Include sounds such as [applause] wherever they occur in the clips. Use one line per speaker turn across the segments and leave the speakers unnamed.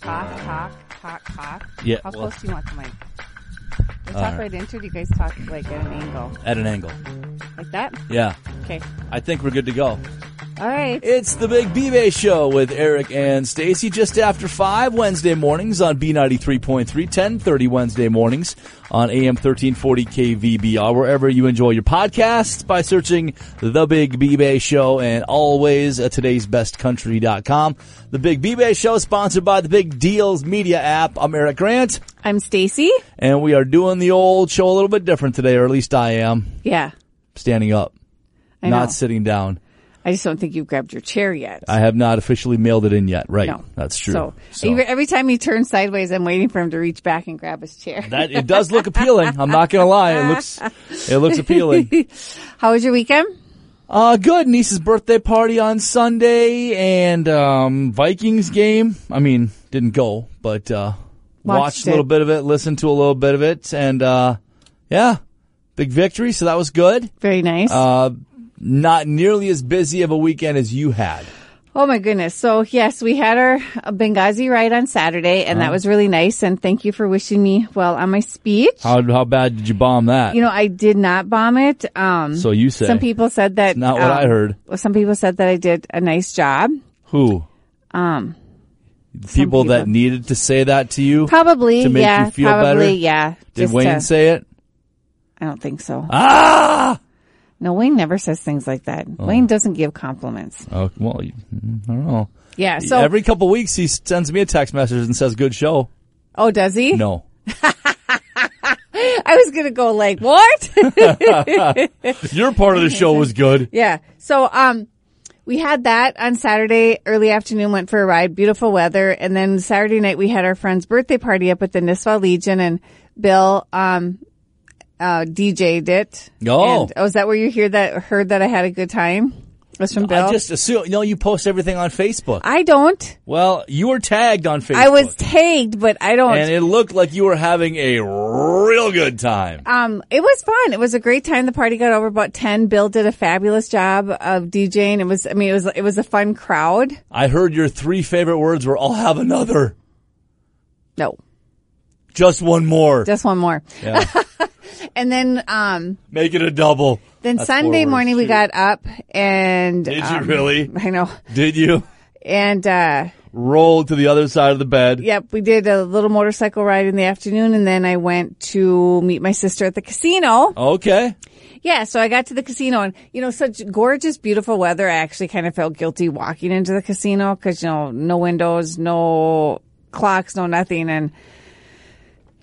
Talk, talk, talk, talk.
Yeah,
How
well-
close do you want the mic? We
All
talk
right.
right into it. You guys talk like at an angle,
at an angle.
like that.
Yeah.
Okay.
I think we're good to go.
All right.
It's the Big B-Bay Show with Eric and Stacy just after 5 Wednesday mornings on B93.3, 1030 Wednesday mornings on AM 1340 KVBR, wherever you enjoy your podcasts by searching The Big B-Bay Show and always at today'sbestcountry.com. The Big B-Bay Show sponsored by the Big Deals Media app. I'm Eric Grant
I'm Stacy.
and we are doing the old show a little bit different today, or at least I am,
Yeah.
standing up,
I know.
not sitting down.
I just don't think you've grabbed your chair yet.
I have not officially mailed it in yet. Right.
no,
That's true.
So,
So-
every- every time he turns sideways, I'm waiting for him to reach back and grab his chair.
that it does look appealing. I'm not gonna lie. It looks it
[laughs]
looks appealing.
How was your weekend?
Uh good. Niece's birthday party on Sunday and um Vikings game. I mean, didn't go, but uh watched,
Watched
a little
it.
bit of it, listened to a little bit of it, and uh yeah. Big victory, so that was good.
Very nice.
Uh not nearly as busy of a weekend as you had.
Oh my goodness. So yes, we had our uh, Benghazi ride on Saturday and
Uh-huh.
that was really nice. And thank you for wishing me well on my speech.
How how bad did you bomb that?
You know, I did not bomb it. Um,
so you say
some people said that.
not what
um,
I heard.
well, Some people said that I did a nice job.
Who?
Um,
people, that
people.
needed to say that to you?
probably.
To make
yeah.
you feel
probably.
better?
Yeah.
Did
just
Wayne
to-
say it?
I don't think so.
Ah!
No, Wayne never says things like that. Wayne doesn't give compliments.
Oh, well, you- I don't know.
Yeah. So.
Every couple weeks he sends me a text message and says, good show.
oh, does he?
No.
[laughs] I was gonna go like what?
[laughs] Your part of the show was
[laughs]
good.
Yeah. So, um, we had that on Saturday early afternoon, went for a ride, beautiful weather. And then Saturday night, we had our friend's birthday party up at the Nisswa Legion and Bill, um, uh, DJ'd it.
Oh.
And, oh, is that where you hear that, heard that I had a good time? It was from Bill.
I just assume, you know, you post everything on Facebook.
I don't.
well, you were tagged on Facebook.
I was tagged, but I don't.
And it looked like you were having a real good time.
um, it was fun. It was a great time. The party got over about 10. Bill did a fabulous job of DJing. It was, I mean, it was, it was a fun crowd.
I heard your three favorite words were, I'll have another.
No,
Just one more.
just one more.
Yeah.
[laughs] And then, um,
Make it a double.
Then
That's
Sunday
forward.
morning we got up and
Did you
um,
really?
I know.
Did you?
And uh
Rolled to the other side of the bed.
yep, we did a little motorcycle ride in the afternoon and then I went to meet my sister at the casino.
Okay.
Yeah, so I got to the casino and you know such gorgeous beautiful weather. I actually kind of felt guilty walking into the casino cuz you know no windows, no clocks, no nothing and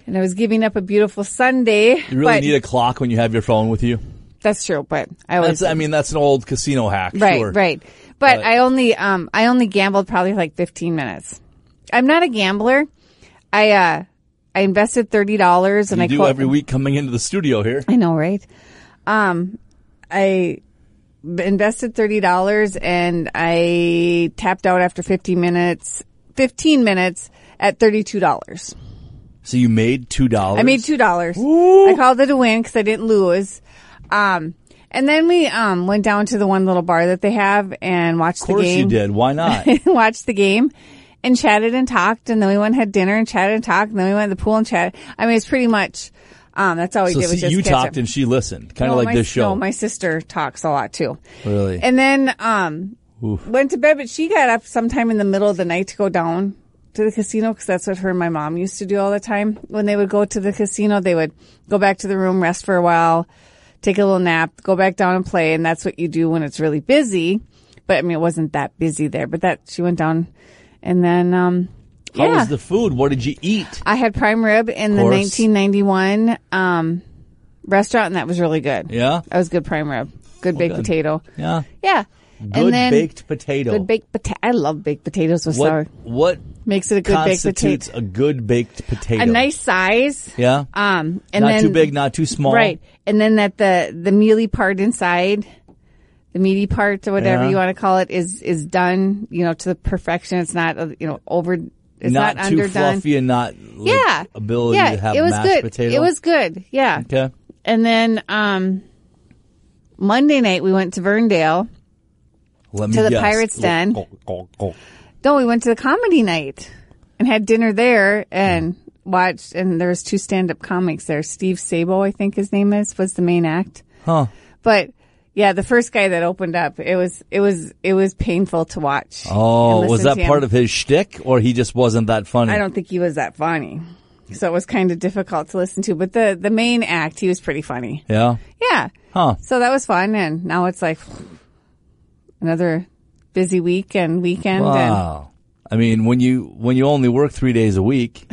and I was giving up a beautiful Sunday.
You really
but
need a clock when you have your phone with you.
that's true, but I was
That's, I mean, that's an old casino hack.
Right,
sure. Uh,
right. But, I only um I only gambled probably like 15 minutes. I'm not a gambler. I uh I invested thirty dollars and
You
I
do
called-
every week coming into the studio here.
I know, right? Um, I invested thirty dollars and I tapped out after 50 minutes. 15 minutes at $32.
So you made two dollars.
I made $2. I called it a win because I didn't lose. Um, and then we, um, went down to the one little bar that they have and watched
Of course
the game.
you
[laughs]
did. Why not?
watched the game and chatted and talked. And then we went and had dinner and chatted and talked. And then we went to the pool and chatted. I mean, it's pretty much, um, that's all we
so
did was
see,
just
you
catch
talked
up.
and she listened, kind of
No, my-
like this show.
No, my sister talks a lot too.
Really?
And then, um, went to bed, but she got up sometime in the middle of the night to go down to the casino because that's what her and my mom used to do all the time. When they would go to the casino, they would go back to the room, rest for a while, take a little nap, go back down and play. And that's what you do when it's really busy. But I mean, it wasn't that busy there, but that she went down and then, um,
How
yeah.
was the food? What did you eat?
I had prime rib in the
Course.
1991 um, restaurant, and that was really good.
Yeah?
that was good prime rib, good baked
good.
potato.
Yeah.
Yeah,
Good baked potato.
good baked potato. I love baked potatoes with
what
sour.
what
Makes it a good baked
constitutes
potato.
a good baked potato?
A nice size.
Yeah.
Um, and
not
then
too big, not too small.
right, and then that the the mealy part inside. The meaty part, or whatever
Yeah.
you want to call it, is is done. You know, to the perfection. It's not uh, you know over. It's not,
Not, too
underdone.
fluffy and not like,
yeah.
ability
yeah,
to have
it was
mashed
good.
potato.
It was good. Yeah.
okay.
And then um Monday night we went to Verndale
Let me
To the
guess.
Pirates Den.
oh.
No, we went to the comedy night and had dinner there
Mm.
and watched. And there was two stand-up comics there. Steve Sabo, I think his name is, was the main act.
Huh.
But yeah, the first guy that opened up, it was it was it was painful to watch.
Oh,
and
was
listen
that
to him.
part of his shtick, or he just wasn't that funny?
I don't think he was that funny, so it was kind of difficult to listen to. But the the main act, he was pretty funny.
Yeah.
Yeah.
Huh.
So that was fun, and now it's like another busy week and weekend. And
Wow. I mean, when you when you only work three days
[laughs]
a week,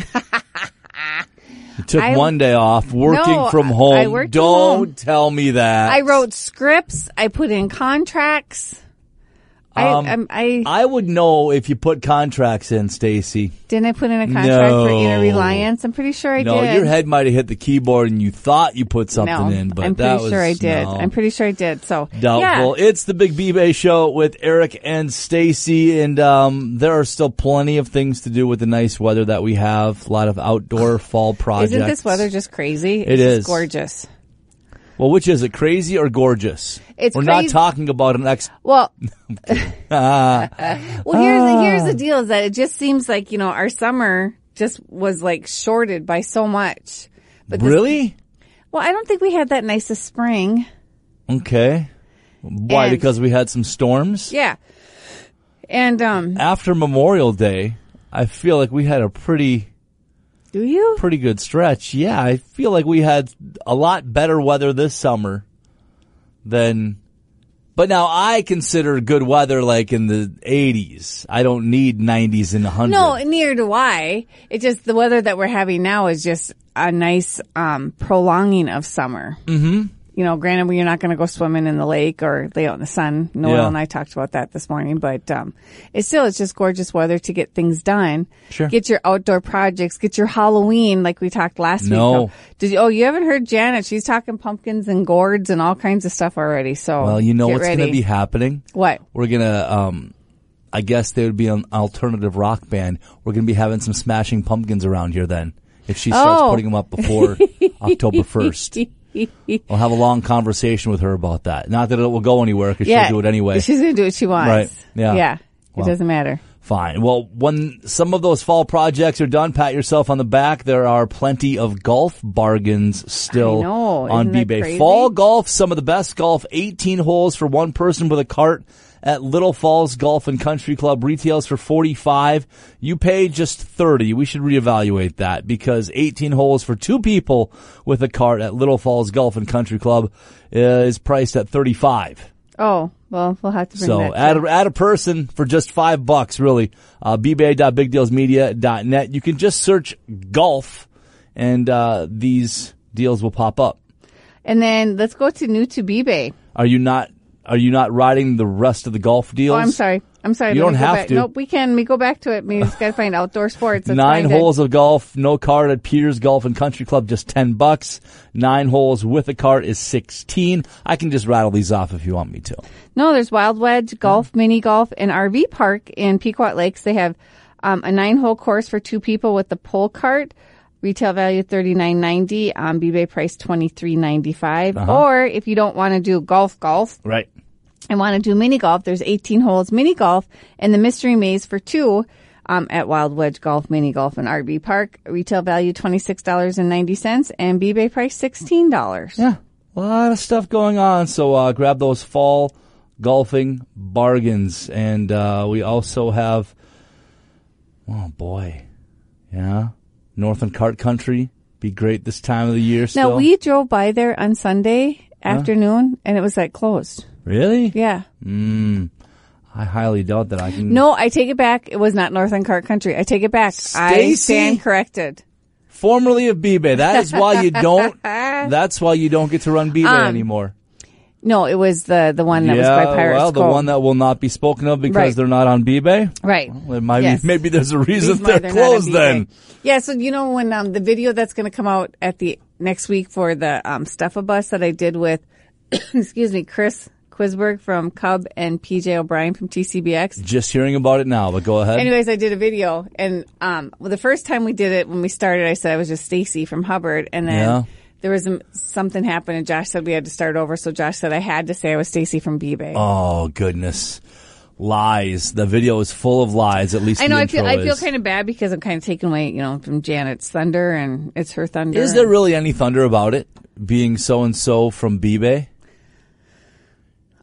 you took
I-
one day off working
No,
from
I-
home.
I worked from
don't
home.
tell me that.
I wrote scripts. I put in contracts.
Um,
I, I'm- I
I would know if you put contracts in, Stacy.
didn't I put in a contract for
No.
Inner Reliance. I'm pretty sure I
No,
did.
your head might have hit the keyboard, and you thought you put something
no,
in, but
I'm
that
pretty
was
sure I did.
no.
I'm pretty sure I did. So
Doubtful.
Yeah.
It's the Big B-Bay Show with Eric and Stacy, and um, there are still plenty of things to do with the nice weather that we have. A lot of
[sighs]
outdoor fall projects.
Isn't this weather just crazy?
It
it's just
is. [laughs]
gorgeous.
Well, which is it, crazy or gorgeous?
It's
We're not
crazy.
talking about an ex.
Well,
Ah.
well, here's the, here's the deal: is that it just seems like you know our summer just was like shorted by so much. But this-
Really?
well, I don't think we had that nice a spring.
Okay. Why?
And-
because we had some storms
Yeah, and um,
after Memorial Day. I feel like we had a pretty
do you?
pretty good stretch. Yeah, I feel like we had a lot better weather this summer than. But now I consider good weather like in the 80s. I don't need 90s and 100s.
No, near to why. It just the weather that we're having now is just a nice um, prolonging of summer. Mm-hmm. You know, granted, we are not going to go swimming in the lake or lay out in the sun. Noel
Yeah.
and I talked about that this morning, but um, it's still it's just gorgeous weather to get things done.
Sure.
Get your outdoor projects. Get your Halloween, like we talked last
No.
week. Oh, Did you, oh, you haven't heard Janet? She's talking pumpkins and gourds and all kinds of stuff already. So
Well, you know
get
what's going to
ready.
be happening?
what?
We're going to, um, I guess they would be an alternative rock band. We're going to be having some smashing pumpkins around here then. If she starts
Oh.
putting them
[laughs]
up before October 1st, we'll have a long conversation with her about that. Not that it will go anywhere because she'll do it anyway.
[laughs] She's going to do what she wants.
Right. Yeah.
Yeah.
Wow.
It doesn't matter.
Fine. Well, when some of those fall projects are done, pat yourself on the back. There are plenty of golf bargains still
I know.
on
Isn't that
B-Bay.
crazy?
Fall golf, some of the best golf, 18 holes for one person with a cart at Little Falls Golf and Country Club retails for 45. You pay just 30. We should reevaluate that because 18 holes for two people with a cart at Little Falls Golf and Country Club uh, is priced at 35.
Oh, well, we'll have to bring
So
that.
add a, add a person for just five bucks, really. Uh, bbay.bigdealsmedia.net. You can just search golf and, uh, these deals will pop up.
and then let's go to New Tubibe.
Are you not, are you not riding the rest of the golf deals?
Oh, I'm sorry. I'm sorry. Let
You don't
me go
have
back.
to.
Nope, we can. We go back to it. We just got to find outdoor sports. Let's
Nine
find it.
holes of golf, no cart at Peters Golf and Country Club, just 10 bucks. Nine holes with a cart is 16. I can just rattle these off if you want me to.
No, there's Wild Wedge, golf, mini golf, and RV park in Pequot Lakes. They have um, a nine hole course for two people with the pole cart. Retail value thirty nine ninety, um, B-Bay price twenty three ninety five.
Uh-huh.
Or if you don't want to do golf, golf,
Right.
and want to do mini golf, there's 18 holes mini golf and the mystery maze for two um, at Wild Wedge Golf Mini Golf and RV Park. Retail value $26.90 and B-Bay price $16.
Yeah, a lot of stuff going on. So uh, grab those fall golfing bargains, and uh, we also have. Oh boy, yeah, Northern Cart Country be great this time of the year.
Now
Still,
we drove by there on Sunday afternoon and it was like closed.
really? Mm,
Yeah.
I highly doubt that I can.
No, I take it back. It was not Northern Cart Country. I take it back. I
Stacy?
stand corrected.
Formerly of B-Bay. That is why
[laughs]
you don't. that's why you don't get to run B-Bay anymore.
No, it was the, the one Um, that was by Pirates
well, the
Cove.
one that will not be spoken of because
Right.
they're not on B-Bay.
right.
Well, maybe,
Yes.
maybe there's a reason
reason why they're
they're
not
closed
at
then.
BK. Yeah, so you know when um, the video that's going to come out at the next week for the um, stuff a bus that I did with, [coughs] excuse me, Chris Quisberg from Cub and PJ O'Brien from TCBX.
Just hearing about it now, but go ahead.
Anyways, I did a video, and um, well, the first time we did it when we started, I said I was just Stacy from Hubbard, and then.
Yeah.
There was um, something happened, and Josh said we had to start over. So Josh said I had to say I was Stacy from B-Bay.
Oh goodness. lies. The video is full of lies. At least
I know.
The
I feel
intro
I feel
is.
kind of bad because I'm kind of taking away, you know, from Janet's thunder, and it's her thunder.
Is there really any thunder about it being so and so from B-Bay?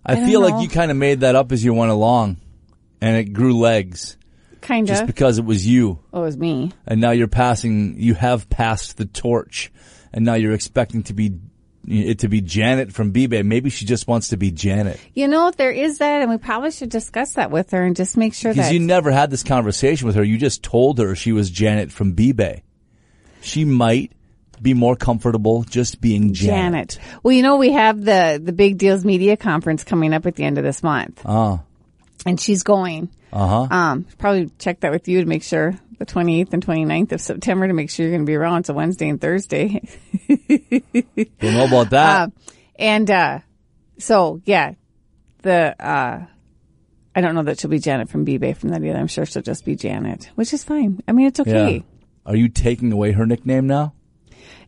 I,
don't
feel
know.
like you kind of made that up as you went along, and it grew legs
kind
just
of?
because it was you,
oh, it was me.
and now you're passing. You have passed the torch, and now you're expecting to be it to be Janet from B-Bay. Maybe she just wants to be Janet
You know, there is that, and we probably should discuss that with her and just make sure
because
that
you never had this conversation with her. You just told her she was Janet from B-Bay. She might be more comfortable just being
Janet. Well, you know, we have the the Big Deals Media Conference coming up at the end of this month.
Oh.
and she's going.
Uh huh.
Um, probably check that with you to make sure the 28th and 29th of September to make sure you're going to be around. It's a Wednesday and Thursday. [laughs]
Don't know about that.
Um, and uh, so yeah, the uh, I don't know that she'll be Janet from B-Bay from that either. I'm sure she'll just be Janet, which is fine. I mean, it's okay.
Are you taking away her nickname now?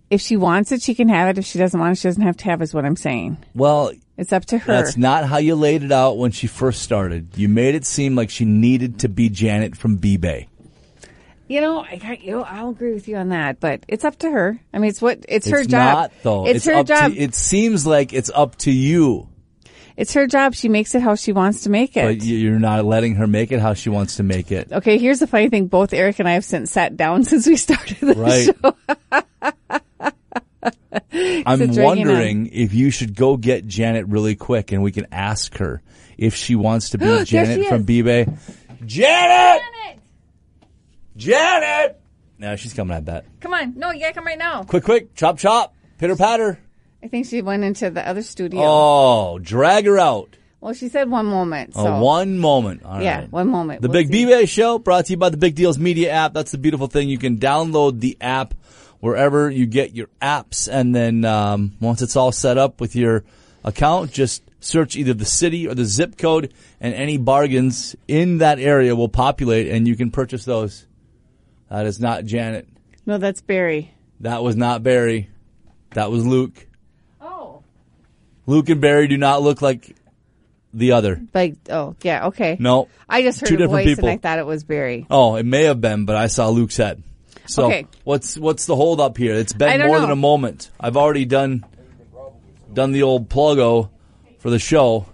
If she wants it, she can have it. If she doesn't want it, she doesn't have to have. it, Is what I'm saying.
Well,
It's up to her.
that's not how you laid it out when she first started. You made it seem like she needed to be Janet from B-Bay.
you know, I got you. I'll agree with you on that, but it's up to her. I mean, it's what it's, her
it's
job.
not though.
It's, her
up to-
job.
it seems like it's up to you,
it's her job. She makes it how she wants to make
but
it.
you- you're not letting her make it how she wants to make it.
okay, here's the funny thing. Both Eric and I have since sat down [laughs] since we started this [laughs]
Right. I'm
It's dragging on.
wondering if you should go get Janet really quick and we can ask her if she wants to
[gasps]
be
There
Janet
she
from
is.
B-Bay. Janet! Janet! No, she's coming at that.
Come on. No, you gotta come right now.
Quick, quick, chop, chop, pitter patter.
I think she went into the other studio.
Oh, drag her out.
Well, she said one moment. So
Oh, one moment. All
Yeah,
right.
one moment.
The
We'll
Big
see.
B-Bay Show brought to you by the Big Deals Media app. That's the beautiful thing. You can download the app wherever you get your apps. And then um, once it's all set up with your account, just search either the city or the zip code and any bargains in that area will populate and you can purchase those. That is not Janet.
No, that's Barry.
That was not Barry. That was Luke.
Oh.
Luke and Barry do not look like the other.
Like oh yeah okay.
No.
I just heard
Two
a
different
voice
people.
and I thought it was Barry.
Oh, it may have been, but I saw Luke's head. So
Okay.
what's what's the hold up here? It's
I
been
don't
more
know.
than a moment. I've already done done the old pluggo for the show.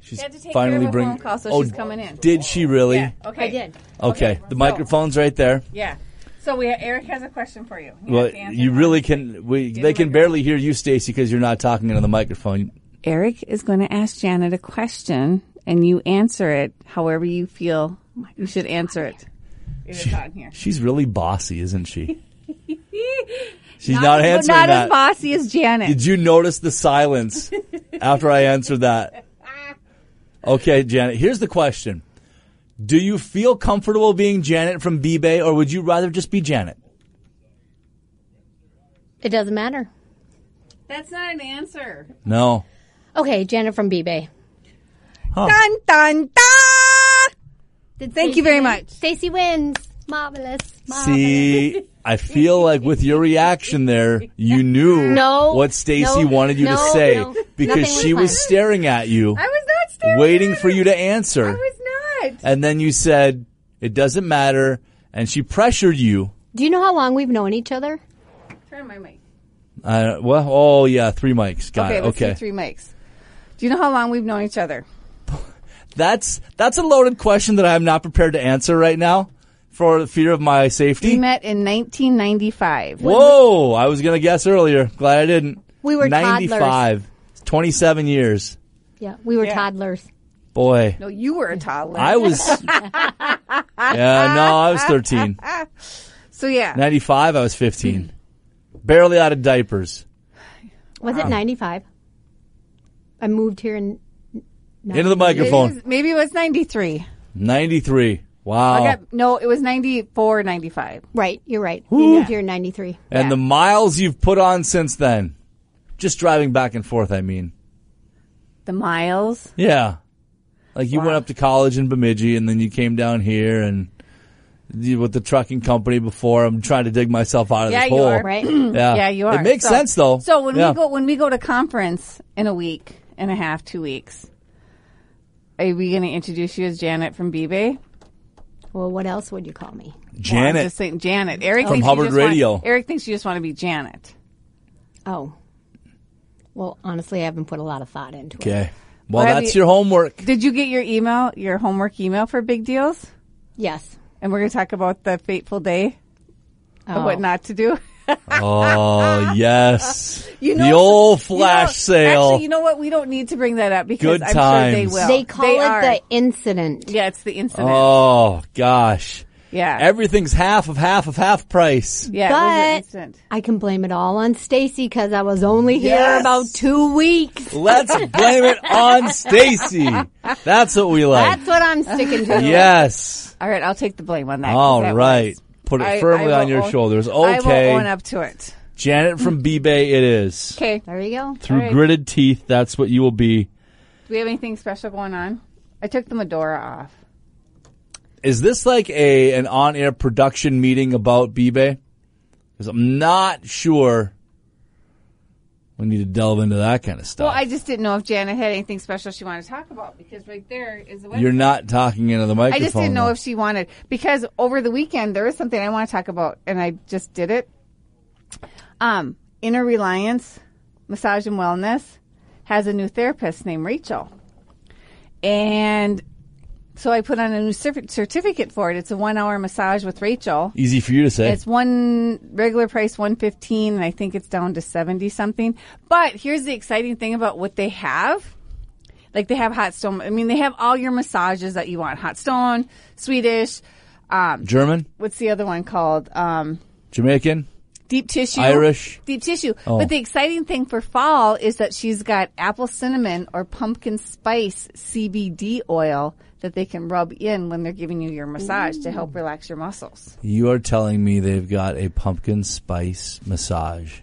She's
had to take care
finally
of a
bring-
phone call, so
oh,
she's coming in.
Did she really?
Okay. I did.
Okay. The microphone's right there.
Yeah. So we Eric has a question for you.
Well, you really can. We they can
microphone.
barely hear you, Stacy, because you're not talking into the microphone.
Eric is going to ask Janet a question, and you answer it however you feel you should answer it. It's on here.
She's really bossy,
[laughs]
isn't she? She's not,
Not as-
answering
not
that.
as bossy as Janet.
Did you notice the silence after I answered that? Okay, Janet, here's the question. Do you feel comfortable being Janet from B-Bay or would you rather just be Janet?
It doesn't matter.
That's not an answer.
No.
Okay, Janet from B-Bay.
Dun dun dun.
Did
Thank
Stacey
you very
win?
much.
Stacy wins. Marvelous. Marvelous.
See, I feel like with your reaction there, you knew
No,
what Stacy
no,
wanted you to
no,
say
no.
because
Nothing was
she was
fun.
staring at you,
I was not staring.
waiting
at
for
it.
you to Uh, answer.
I was not.
and then you said, it doesn't matter. And she pressured you.
Do you know how long we've known each other?
Turn on my mic.
Uh, well, oh yeah, three mics. Got
Okay,
it.
let's
Okay,
do three mics. Do you know how long we've known each other?
that's that's a loaded question that I'm not prepared to answer right now, for the fear of my
We
safety.
met in 1995.
Whoa! I was gonna guess earlier. Glad I didn't.
We were toddlers.
95, 27 years.
Yeah, we were
Yeah.
toddlers.
Boy,
No, you were a toddler. [laughs]
I was. yeah, no, I was 13.
so yeah,
95, I was 15. Barely out of diapers.
Was it 95? I moved here in...
Into
maybe,
the
it
microphone.
was, maybe it was 93.
93.
I
Wow.
got- no, it was 94, 95.
Right, you're right. We moved here in 93.
And the miles you've put on since then. Just driving back and forth, I mean.
The miles.
Yeah. Like you went up to college in Bemidji and then you came down here and you with the trucking company before. I'm trying to dig myself out of
Yeah,
this
you
hole.
are.
Right? [clears throat]
Yeah.
Yeah, you are.
It makes
So-
sense though.
So when
Yeah.
we go when we go to conference in a week and a half, two weeks, are we going to introduce you as Janet from B-Bay?
Well, what else would you call me?
Well, I'm
Janet.
just saying, Janet. Eric
From
thinks
Hubbard
you just want-
Radio.
Eric thinks you just want to be Janet.
Oh. Well, honestly, I haven't put a lot of thought into it.
Okay. Well,
Well, have
that's
you-
your
[laughs]
homework.
Did you get your email, your homework email for big deals?
Yes.
And we're going to talk about the fateful day of
Oh.
what not to do. [laughs]
Oh, yes.
You
the
know-
old
you know,
flash sale.
Actually, you know what? We don't need to bring that up because
Good
I'm sure they
times.
will.
They call it
are.
the incident.
yeah, it's the incident.
oh, gosh.
yeah,
Everything's half of half of half price.
yeah,
But-
it was an incident.
I can blame it all on Stacy because I was only here
Yes.
about two weeks.
Let's blame it on
[laughs]
Stacy. That's what we like.
That's what I'm sticking
[laughs]
to.
yes.
All right, I'll take the blame on that. 'cause
All
that
right.
was-
Put it
I- I
firmly
will
on your
own-
shoulders.
I will own
Okay.
up to it.
Janet
[clears throat]
from B Bay, it is.
Okay. Do
There you go.
Through
All right.
gritted teeth, that's what you will be.
we have anything special going on? I took the Medora off.
Is this like a an on air production meeting about B Bay? Because I'm not sure. We need to delve into that kind of stuff.
Well, I just didn't know if Janet had anything special she wanted to talk about because right there is the website.
You're not talking into the microphone.
I just didn't know
though.
if she wanted because over the weekend there was something I want to talk about and I just did it. Um, Inner Reliance Massage and Wellness has a new therapist named Rachel. And so I put on a new certi- certificate for it. It's a 1-hour massage with Rachel.
Easy for you to say.
It's one regular price 115 and I think it's down to 70 something. But here's the exciting thing about what they have. Like they have hot stone. I mean, they have all your massages that you want. Hot stone, Swedish, um,
German,
what's the other one called? Um,
Jamaican,
deep tissue.
Irish.
Deep tissue.
Oh.
But the exciting thing for fall is that she's got apple cinnamon or pumpkin spice CBD oil that they can rub in when they're giving you your massage to help relax your muscles.
You are telling me they've got a pumpkin spice massage.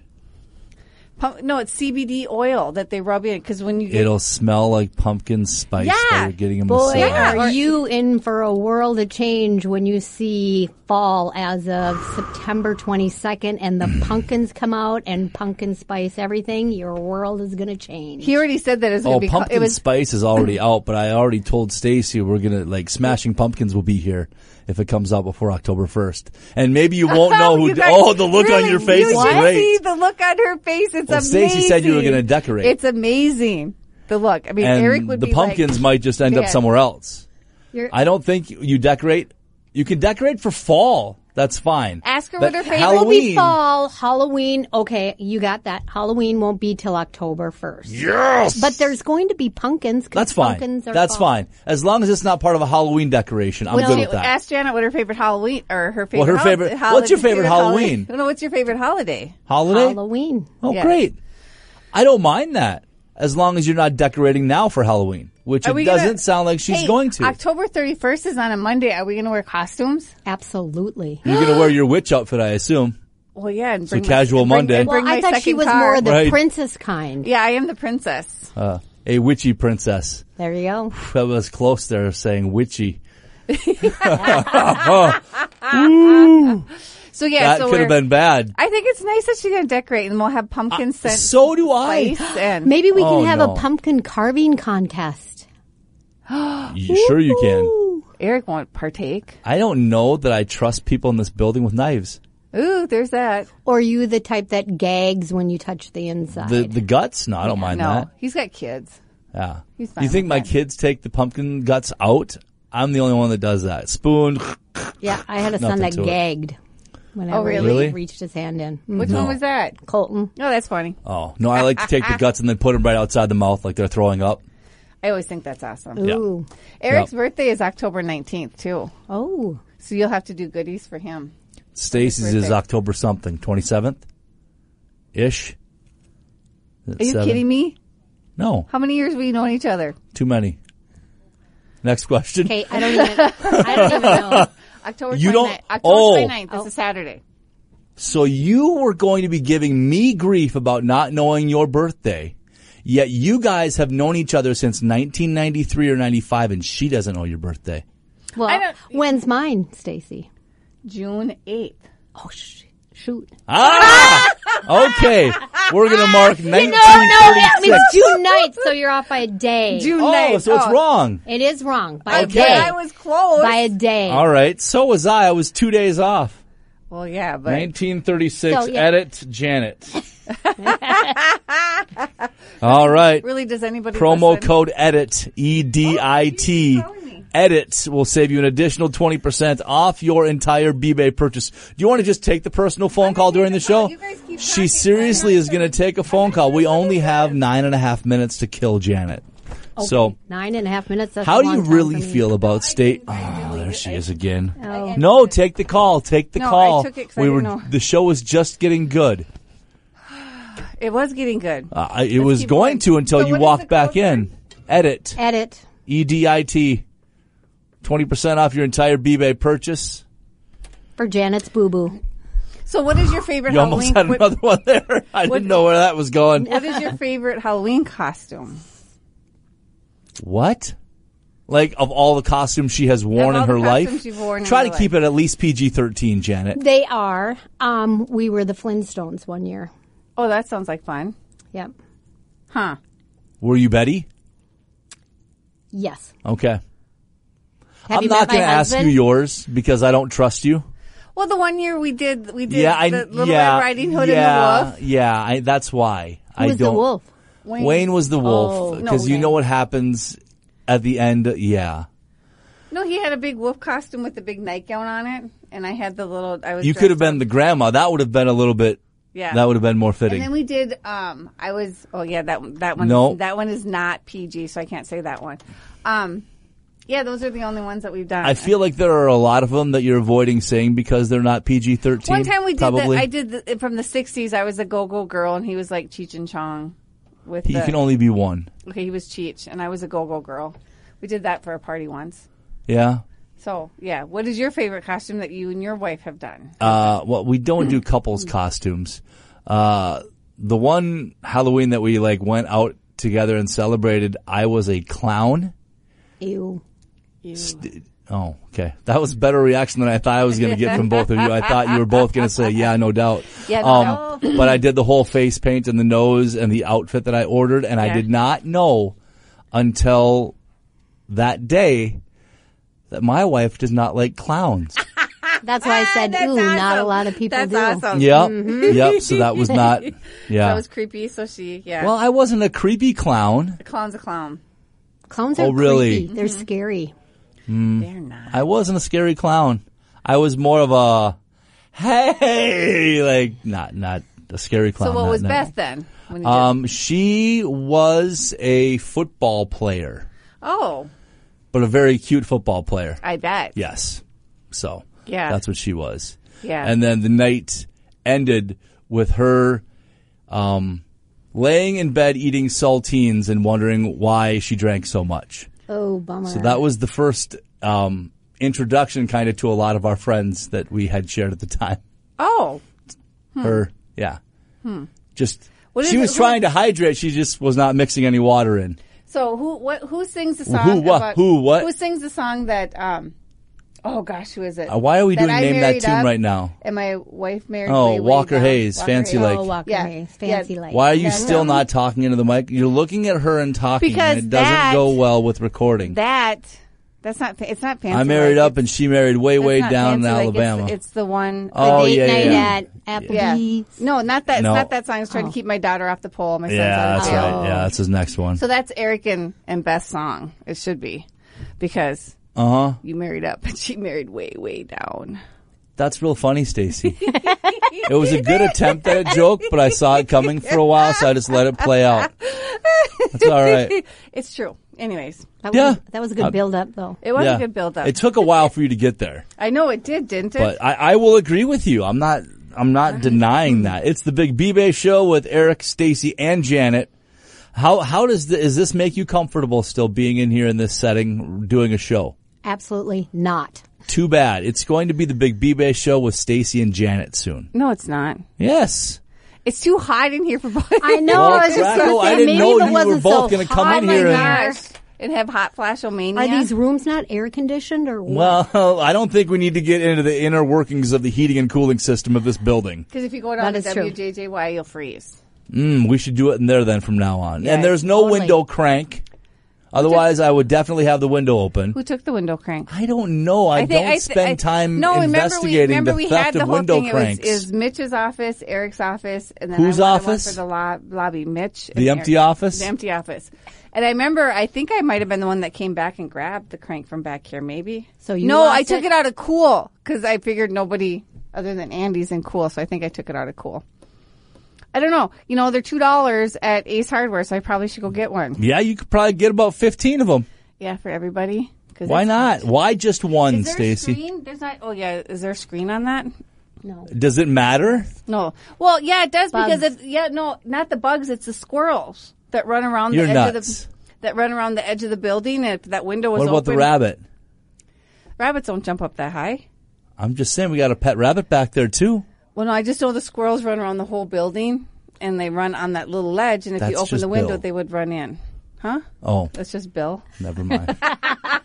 Pump, no, it's CBD oil that they rub in because when you get
It'll smell like pumpkin spice while
Yeah.
you're getting a
Boy,
massage.
Yeah.
are you in for a world of change when you see fall as of September 22nd and
Mm.
the pumpkins come out and pumpkin spice everything? Your world is going to change.
he already said that it's going
Oh,
to be called-
pumpkin
it was
spice
[clears throat]
is already out, but I already told Stacy we're gonna like smashing pumpkins will be here if it comes out before October first, and maybe
[laughs]
you won't know who.
You guys-
oh, the look on
really,
your face
you
is
should See
great.
the look on her face, it's
Well,
amazing.
Stacey said you were gonna decorate.
It's amazing. The look. I mean,
And
Eric would
the
be
pumpkins
Like,
might just end up
"Man."
somewhere else.
You're-
I don't think you decorate. You can decorate for fall. That's fine.
Ask her
But
what her favorite-
It'll be
Halloween.
fall, Halloween. Okay, you got that. Halloween won't be till October 1st. Yes! But there's going to be pumpkins. 'cause
That's fine.
Pumpkins are
That's
fall.
fine. As long as it's not part of a Halloween decoration, I'm
Well,
good with that.
ask Janet what her favorite Halloween or her favorite.
What her
hol-
favorite-
holiday-
what's your favorite
holiday-
Halloween?
No, what's your favorite holiday?
Holiday?
Halloween.
Oh,
Yeah.
great. I don't mind that as long as you're not decorating now for Halloween, which
Are
it
we
doesn't
gonna-
sound like she's
Hey,
going to.
October thirty first is on a Monday. Are we going to wear costumes?
Absolutely.
you're going
[gasps]
to wear your witch outfit, I assume.
Well, yeah. And bring my-
casual
bring-
Monday.
and
Well,
bring my
I thought she
second
was
car.
more the
Right.
princess kind.
Yeah, I am the princess.
Uh, a witchy princess.
There you go.
That was close there saying witchy.
So yeah,
That
so
could have
we're-
been bad.
I think it's nice that she's gonna decorate, and we'll have pumpkin scent
Uh, So do I.
spice and
Maybe we
Oh,
can have
no.
a pumpkin carving contest.
[gasps] You- sure you can.
Eric won't partake.
I don't know that I trust people in this building with knives.
Ooh, there's that.
Or are you the type that gags when you touch the inside?
The the guts? No, I don't mind
no,
that.
he's got kids.
Yeah.
He's
you
fine
think
with
my
that.
kids take the pumpkin guts out? I'm the only one that does that. Spoon.
yeah, I had a son
Nothing
that
to it.
gagged whenever
Oh, really?
Really?
he reached his hand in. Mm.
Which
No.
one was that?
Colton.
Oh, that's funny.
Oh, no, I like to
[laughs]
take the guts and then put them right outside the mouth like they're throwing up.
I always think that's awesome.
Yeah.
Ooh.
Eric's
Yep.
birthday is October 19th too,
Oh.
so you'll have to do goodies for him.
Stacy's is
birthday.
October something, 27th ish.
Are you kidding me?
No,
How many years we known each other?
too many. Next question.
Okay, I don't even I
[laughs]
don't even know.
October
You
29th.
don't-
October
oh.
29th. This is Saturday.
So you were going to be giving me grief about not knowing your birthday, yet you guys have known each other since 1993 or 95, and she doesn't know your birthday.
Well,
don't-
when's mine, Stacy?
June 8th.
Oh, sh- shoot. [laughs]
Ah! okay. We're going to mark 19.
No, no, that means June 9th, so you're off by a day.
June
Oh,
9th.
so it's
Oh,
wrong.
It is wrong. By
I-
a
Okay.
but
day.
I was close.
by a day.
All right. So was I. I was two days off.
well, yeah, but
1936.
So, yeah.
Edit
[laughs]
Janet. All right.
really, does anybody
Promo
listen?
code edit E D I
Oh,
T.
you didn't tell me.
Edit will save you an additional 20% off your entire b-bay purchase. Do you want to just take the personal phone call during the show?
You guys keep
She
talking.
seriously
I'm
is going to take a phone call. We only have nine and a half minutes to kill Janet. So
Nine and a half minutes. That's
how
a
do you
long time
really
for me.
feel about state? Oh, there she is again. No, take the call. Take the
No, I
call.
took it 'cause I
we
didn't
were
know.
the show was just getting good.
It was getting good.
Uh, I- it was
keep
going
going.
to until
So
you
what is
walked
the
back
code
in. Edit.
Edit.
E D I T. 20% off your entire B-Bay purchase.
For Janet's boo boo.
So, what is your favorite
You almost
Halloween?
had
what-
another one there. [laughs] I didn't know where that was going.
what is your favorite Halloween costume?
What? Like of all the costumes she has worn
all
in
the
her
costumes
life.
you've worn in
Try
your
to keep it at least PG-13, Janet.
They are. Um, we were the Flintstones one year.
Oh, that sounds like fun.
Yep.
Huh.
Were you Betty?
Yes.
Okay.
Have
I'm
you
not
met my
gonna ask you
husband?
yours because I don't trust you.
Well, the one year we did, we did
Yeah, I
the Little
yeah,
Red Riding Hood
yeah,
and the Wolf.
Yeah, I, that's why I
Who's
don't.
the wolf?
Wayne, was the wolf
Oh, no,
because you
Wayne.
know what happens at the end. Yeah,
No, he had a big wolf costume with a big nightgown on it, and I had the little. I was.
you
dressed
could have
up.
been the grandma. That would have been a little bit.
Yeah.
that would have been more
And
fitting.
then we did. Um, I was. Oh yeah, that one- that one.
No.
that one is not PG, so I can't say that one. Um, yeah, those are the only ones that we've done.
I feel like there are a lot of them that you're avoiding saying because they're not PG thirteen.
one time we did.
probably.
The, I did the, from the '60s. I was a go-go girl, and he was like Cheech and Chong. With
You
the,
can only be one.
okay, he was Cheech, and I was a go-go girl. We did that for a party once.
Yeah.
So yeah, what is your favorite costume that you and your wife have done?
Uh, well, we don't do couples
Hmm.
costumes. Uh, the one Halloween that we like went out together and celebrated, I was a clown.
Ew.
Oh, okay. That was a better reaction than I thought I was going to get
[laughs]
from both of you. I thought you were both going to say, yeah, no doubt.
Yeah, no
doubt. But I did the whole face paint and the nose and the outfit that I ordered, and I
Yeah.
did not know until that day that my wife does not like clowns.
That's why I said,
Ah, That's
ooh, not a
awesome.
lot of people
That's
do.
awesome.
yep. Yep. So that
[laughs]
was not, yeah.
Oh. Mm-hmm. That was creepy. So she, yeah,
well, I wasn't a creepy clown.
the clown's a clown.
Clowns are
Oh, really?
creepy. They're
Mm-hmm.
scary.
They're not.
I wasn't a scary clown. I was more of a, hey, like not, not a scary clown.
So what
not-
was
not-
Beth then? When you did-
Um, she was a football player,
oh,
but a very cute football player.
I bet.
Yes. So
Yeah.
that's what she was.
Yeah.
And then the night ended with her, um, laying in bed eating saltines and wondering why she drank so much.
Oh, bummer.
So that was the first, um, introduction kind of to a lot of our friends that we had shared at the time.
Oh,
Her, yeah. Just,
Hmm. What is
she
it-
was
who-
trying to hydrate. She just was not mixing any water in.
so who what who sings the song?
wha-
about-
who what?
Who sings the song that? um Oh gosh, who is it?
Uh, why are we doing
I
Name That
married
Tune
up
right now?
And my wife married.
Oh,
way, way
Walker
down.
Hayes, Fancy
Hayes.
Lake.
oh, walk
Yeah.
away. Fancy
Yeah.
light.
Why are you
That's
still
dumb.
not talking into the mic? You're looking at her and talking,
Because
and it doesn't
that-
go well with recording.
That that's not. fa- It's not fancy.
I married
Lake.
up, and she married way,
It's
way
not
down in
Fancy Lake. It's-
Alabama.
It's, the one.
oh
Date
yeah,
night
yeah.
at
Yeah.
Applebee's.
No, not that.
No.
It's not that song. I was trying
Oh.
to keep my daughter off the pole. My son's
Yeah,
out of
that's
jail.
right. Yeah, that's his next one.
So that's Eric and, and Beth's song. It should be because
Uh huh.
you married up, [laughs] but she married way, way down. [laughs]
That's real funny, Stacy. it was a good attempt at a joke, but I saw it coming for a while, so I just let it play out. That's all
[laughs]
right.
It's true. Anyways,
That was,
Yeah. Uh,
That was a good build up, though.
it was
yeah.
a good build up.
It took a while for you to get there.
I know it did, didn't it?
But I, I will agree with you. I'm not. I'm
Uh-huh.
not denying that. It's the Big B-Bay show with Eric, Stacy, and Janet. How how does the, is this make you comfortable still being in here in this setting doing a show?
Absolutely not.
Too bad. It's going to be the Big B-Bay show with Stacy and Janet soon.
no, it's not.
Yes.
It's too hot in here for both.
I know.
Well,
Oh,
I was just
Draco,
gonna say,
I didn't
maybe
know
if it
you were
wasn't
both
so
gonna come
hot,
in here
my
and-
gosh.
and have hot flashomania.
Are these rooms not air conditioned or what?
Well, [laughs] I don't think we need to get into the inner workings of the heating and cooling system of this building.
Because if you go down to
That is true.
WJJY, you'll freeze.
Mm, we should do it in there then from now on. and there's no
totally.
window crank. Otherwise, I would definitely have the window open.
Who took the window crank?
I don't know. I,
think-
don't
th-
spend
I-
time
no,
investigating
remember
the
we, remember we
theft
had the
of
whole
window
thing.
cranks.
It was, is Mitch's office, Eric's office, and then
Whose
I wanted one
office?
for the lo- lobby. Mitch, and
The empty
Eric.
office?
The empty office. And I remember, I think I might have been the one that came back and grabbed the crank from back here. Maybe.
So you
no, I
lost
took
it?
it out of cool because I figured nobody other than Andy's in cool, so I think I took it out of cool. I don't know. You know, they're two dollars at Ace Hardware, so I probably should go get one.
yeah, you could probably get about 15 of them.
Yeah, for everybody. 'Cause
Why
it's-
not? Why just one,
Is there a
Stacy?
screen? There's not. Oh yeah, is there a screen on that?
no.
Does it matter?
No. Well, yeah, it does because
Bugs.
it, yeah, no, not the bugs. It's the squirrels that run around
You're
the edge
nuts.
of the that run around the edge of the building. And if that window was
What about
open,
the rabbit?
rabbits don't jump up that high.
I'm just saying, we got a pet rabbit back there too.
Well, no, I just know the squirrels run around the whole building and they run on that little ledge. And if
That's
you open
just
the window,
Bill.
they would run in. Huh?
Oh,
That's just Bill.
never mind.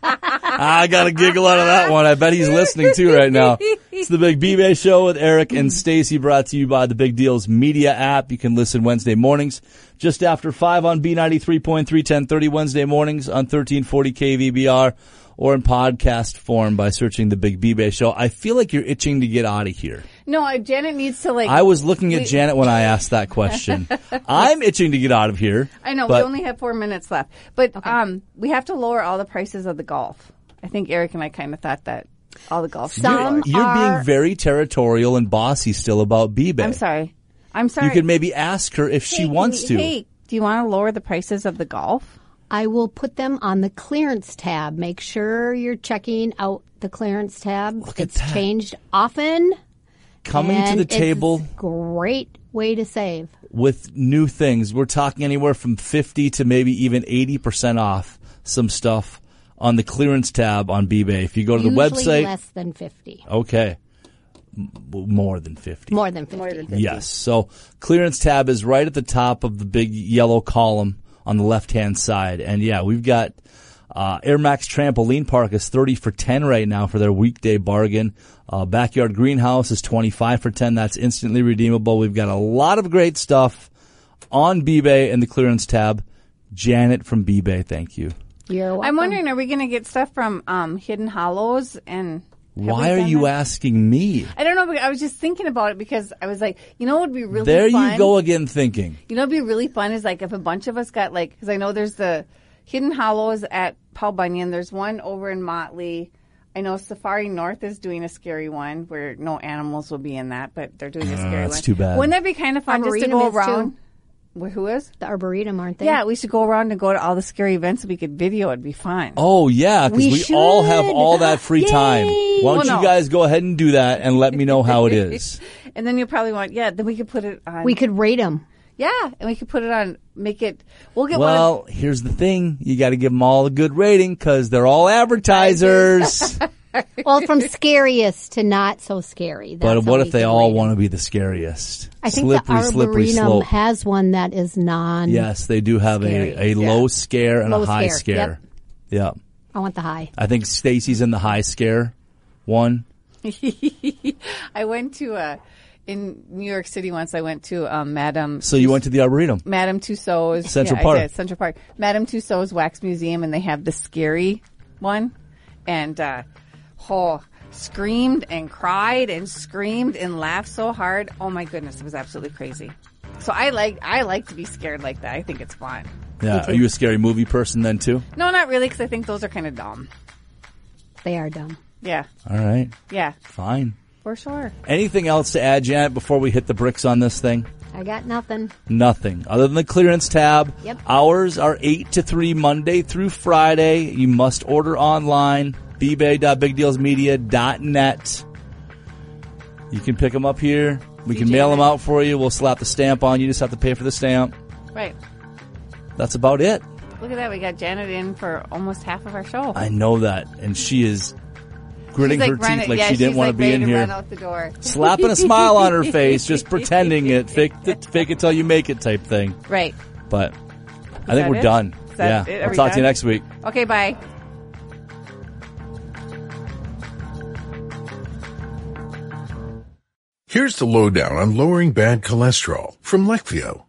I got a giggle out of that one. I bet he's listening too right now. It's the Big B-Bay Show with Eric and Stacy, brought to you by the Big Deals Media app. You can listen Wednesday mornings just after 5 on B93.3, 1030 Wednesday mornings on 1340 KVBR or in podcast form by searching the Big B-Bay Show. I feel like you're itching to get out of here.
No, I- Janet needs to like.
I was looking at Janet when I asked that
[laughs]
question. I'm itching to get out of here.
I know
but
we only have four minutes left, but um, we have to lower all the prices of the golf. I think Eric and I kind of thought that all the golf. should be
Some
lower.
You're
are-
being very territorial and bossy still about b
I'm sorry. I'm sorry.
You could maybe ask her if she
Hey,
wants to.
Hey, do you want to lower the prices of the golf?
I will put them on the clearance tab. Make sure you're checking out the clearance tab.
at
it's
that.
changed often.
Coming to
and
the
it's
table
a great way to save.
with new things. We're talking anywhere from 50 to maybe even 80% off some stuff on the clearance tab on b If you go to the
Usually
website,
less than fifty.
okay, M- more than 50.
More than fifty.
Yes. So clearance tab is right at the top of the big yellow column on the left hand side. And yeah, we've got uh, Air Max Trampoline Park is 30 for 10 right now for their weekday bargain. Uh, Backyard Greenhouse is 25 for 10. That's instantly redeemable. We've got a lot of great stuff on B-Bay and the clearance tab. Janet from B-Bay, thank you.
You're
I'm
welcome.
wondering, are we going to get stuff from um, Hidden Hollows? And have we
Why are
done
you
that?
asking me?
I don't know. But I was just thinking about it because I was like, you know, what would be really
There
fun?
you go again thinking.
You know, it'd be really fun is like if a bunch of us got like because I know there's the Hidden Hollows at Paul Bunyan. There's one over in Motley. I know Safari North is doing a scary one where no animals will be in that, but they're doing a scary
Ah, that's
one.
too bad.
Wouldn't that be kind of fun just to
Arboretum
go
is too.
around? Wh- Who is?
the arboretum, aren't they?
Yeah, we should go around and go to all the scary events so we could video. It'd be fun.
Oh yeah, because
We
we, all have
should.
all that free
Yay.
time. Why don't
Well,
you
no.
guys go ahead and do that and let me know how it
[laughs]
is?
And then you'll probably want, yeah, then we could put it on.
We could rate them.
yeah, and we could put it on, make it, we'll get one. Of,
Well, here's the thing: you got to give them all a good rating because they're all advertisers.
[laughs] Well, from scariest to not so scary. That's
but
how
what
we
if they
could
all
rate 'em.
want to be the scariest?
I think
slippery,
the
slippery
arboretum
slope.
has one that is non.
yes, they do have
Scary,
a, a low scare and
Low
a high
scare,
scare. Yeah,
I want the high.
I think Stacy's in the high scare one.
[laughs] I went to, uh, in New York City once, I went to um, Madame.
So you went to the arboretum.
Madame Tussauds
Central
yeah,
Park.
I did, Central Park. Madame Tussauds Wax Museum, and they have the scary one, and uh, oh, screamed and cried and screamed and laughed so hard. Oh my goodness, it was absolutely crazy. So I like I like to be scared like that. I think it's fun.
Yeah, are you a scary movie person then too?
No, not really, because I think those are kind of dumb.
They are dumb.
Yeah,
All right,
yeah,
fine.
for sure.
Anything else to add, Janet, before we hit the bricks on this thing?
I got nothing.
Nothing. Other than the clearance tab.
Yep.
Hours are 8 to 3 Monday through Friday. You must order online. bbay.bigdealsmedia.net. You can pick them up here. We can mail them out for you. We'll slap the stamp on. You just have to pay for the stamp.
Right.
That's about it.
Look at that. We got Janet in for almost half of our show.
I know that. And she is gritting her
run
teeth
it-
like
yeah,
she didn't
she's
want
like
to be
ready
in
to
here.
Run out the door.
Slapping a smile on her face,
[laughs]
just pretending it. Fake, it- fake it till you make it type thing.
Right.
But I think
that
we're
it?
done.
Is that
yeah.
it? Are
I'll
we
talk to you
done?
next week.
Okay, bye.
Here's the lowdown on lowering bad cholesterol from Lecvio.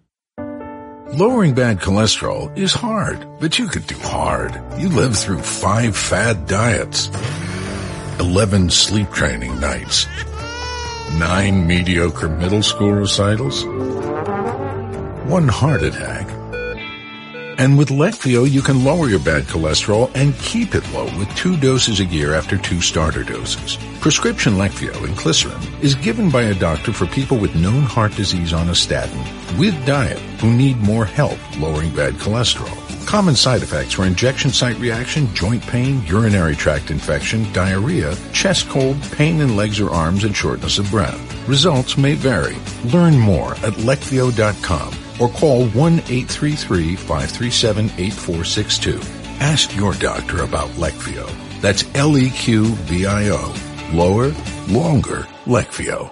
Lowering bad cholesterol is hard, but you could do hard. You lived through five fad diets, 11 sleep training nights, nine mediocre middle school recitals, one heart attack. And with Lecvio, you can lower your bad cholesterol and keep it low with two doses a year after two starter doses. Prescription Lecvio and glycerin is given by a doctor for people with known heart disease on a statin with diet who need more help lowering bad cholesterol. Common side effects were injection site reaction, joint pain, urinary tract infection, diarrhea, chest cold, pain in legs or arms, and shortness of breath. Results may vary. Learn more at lecvio.com or call 1-833-537-8462. Ask your doctor about Lecvio. That's E L-E-Q-V-I-O. Lower, longer, Lecvio.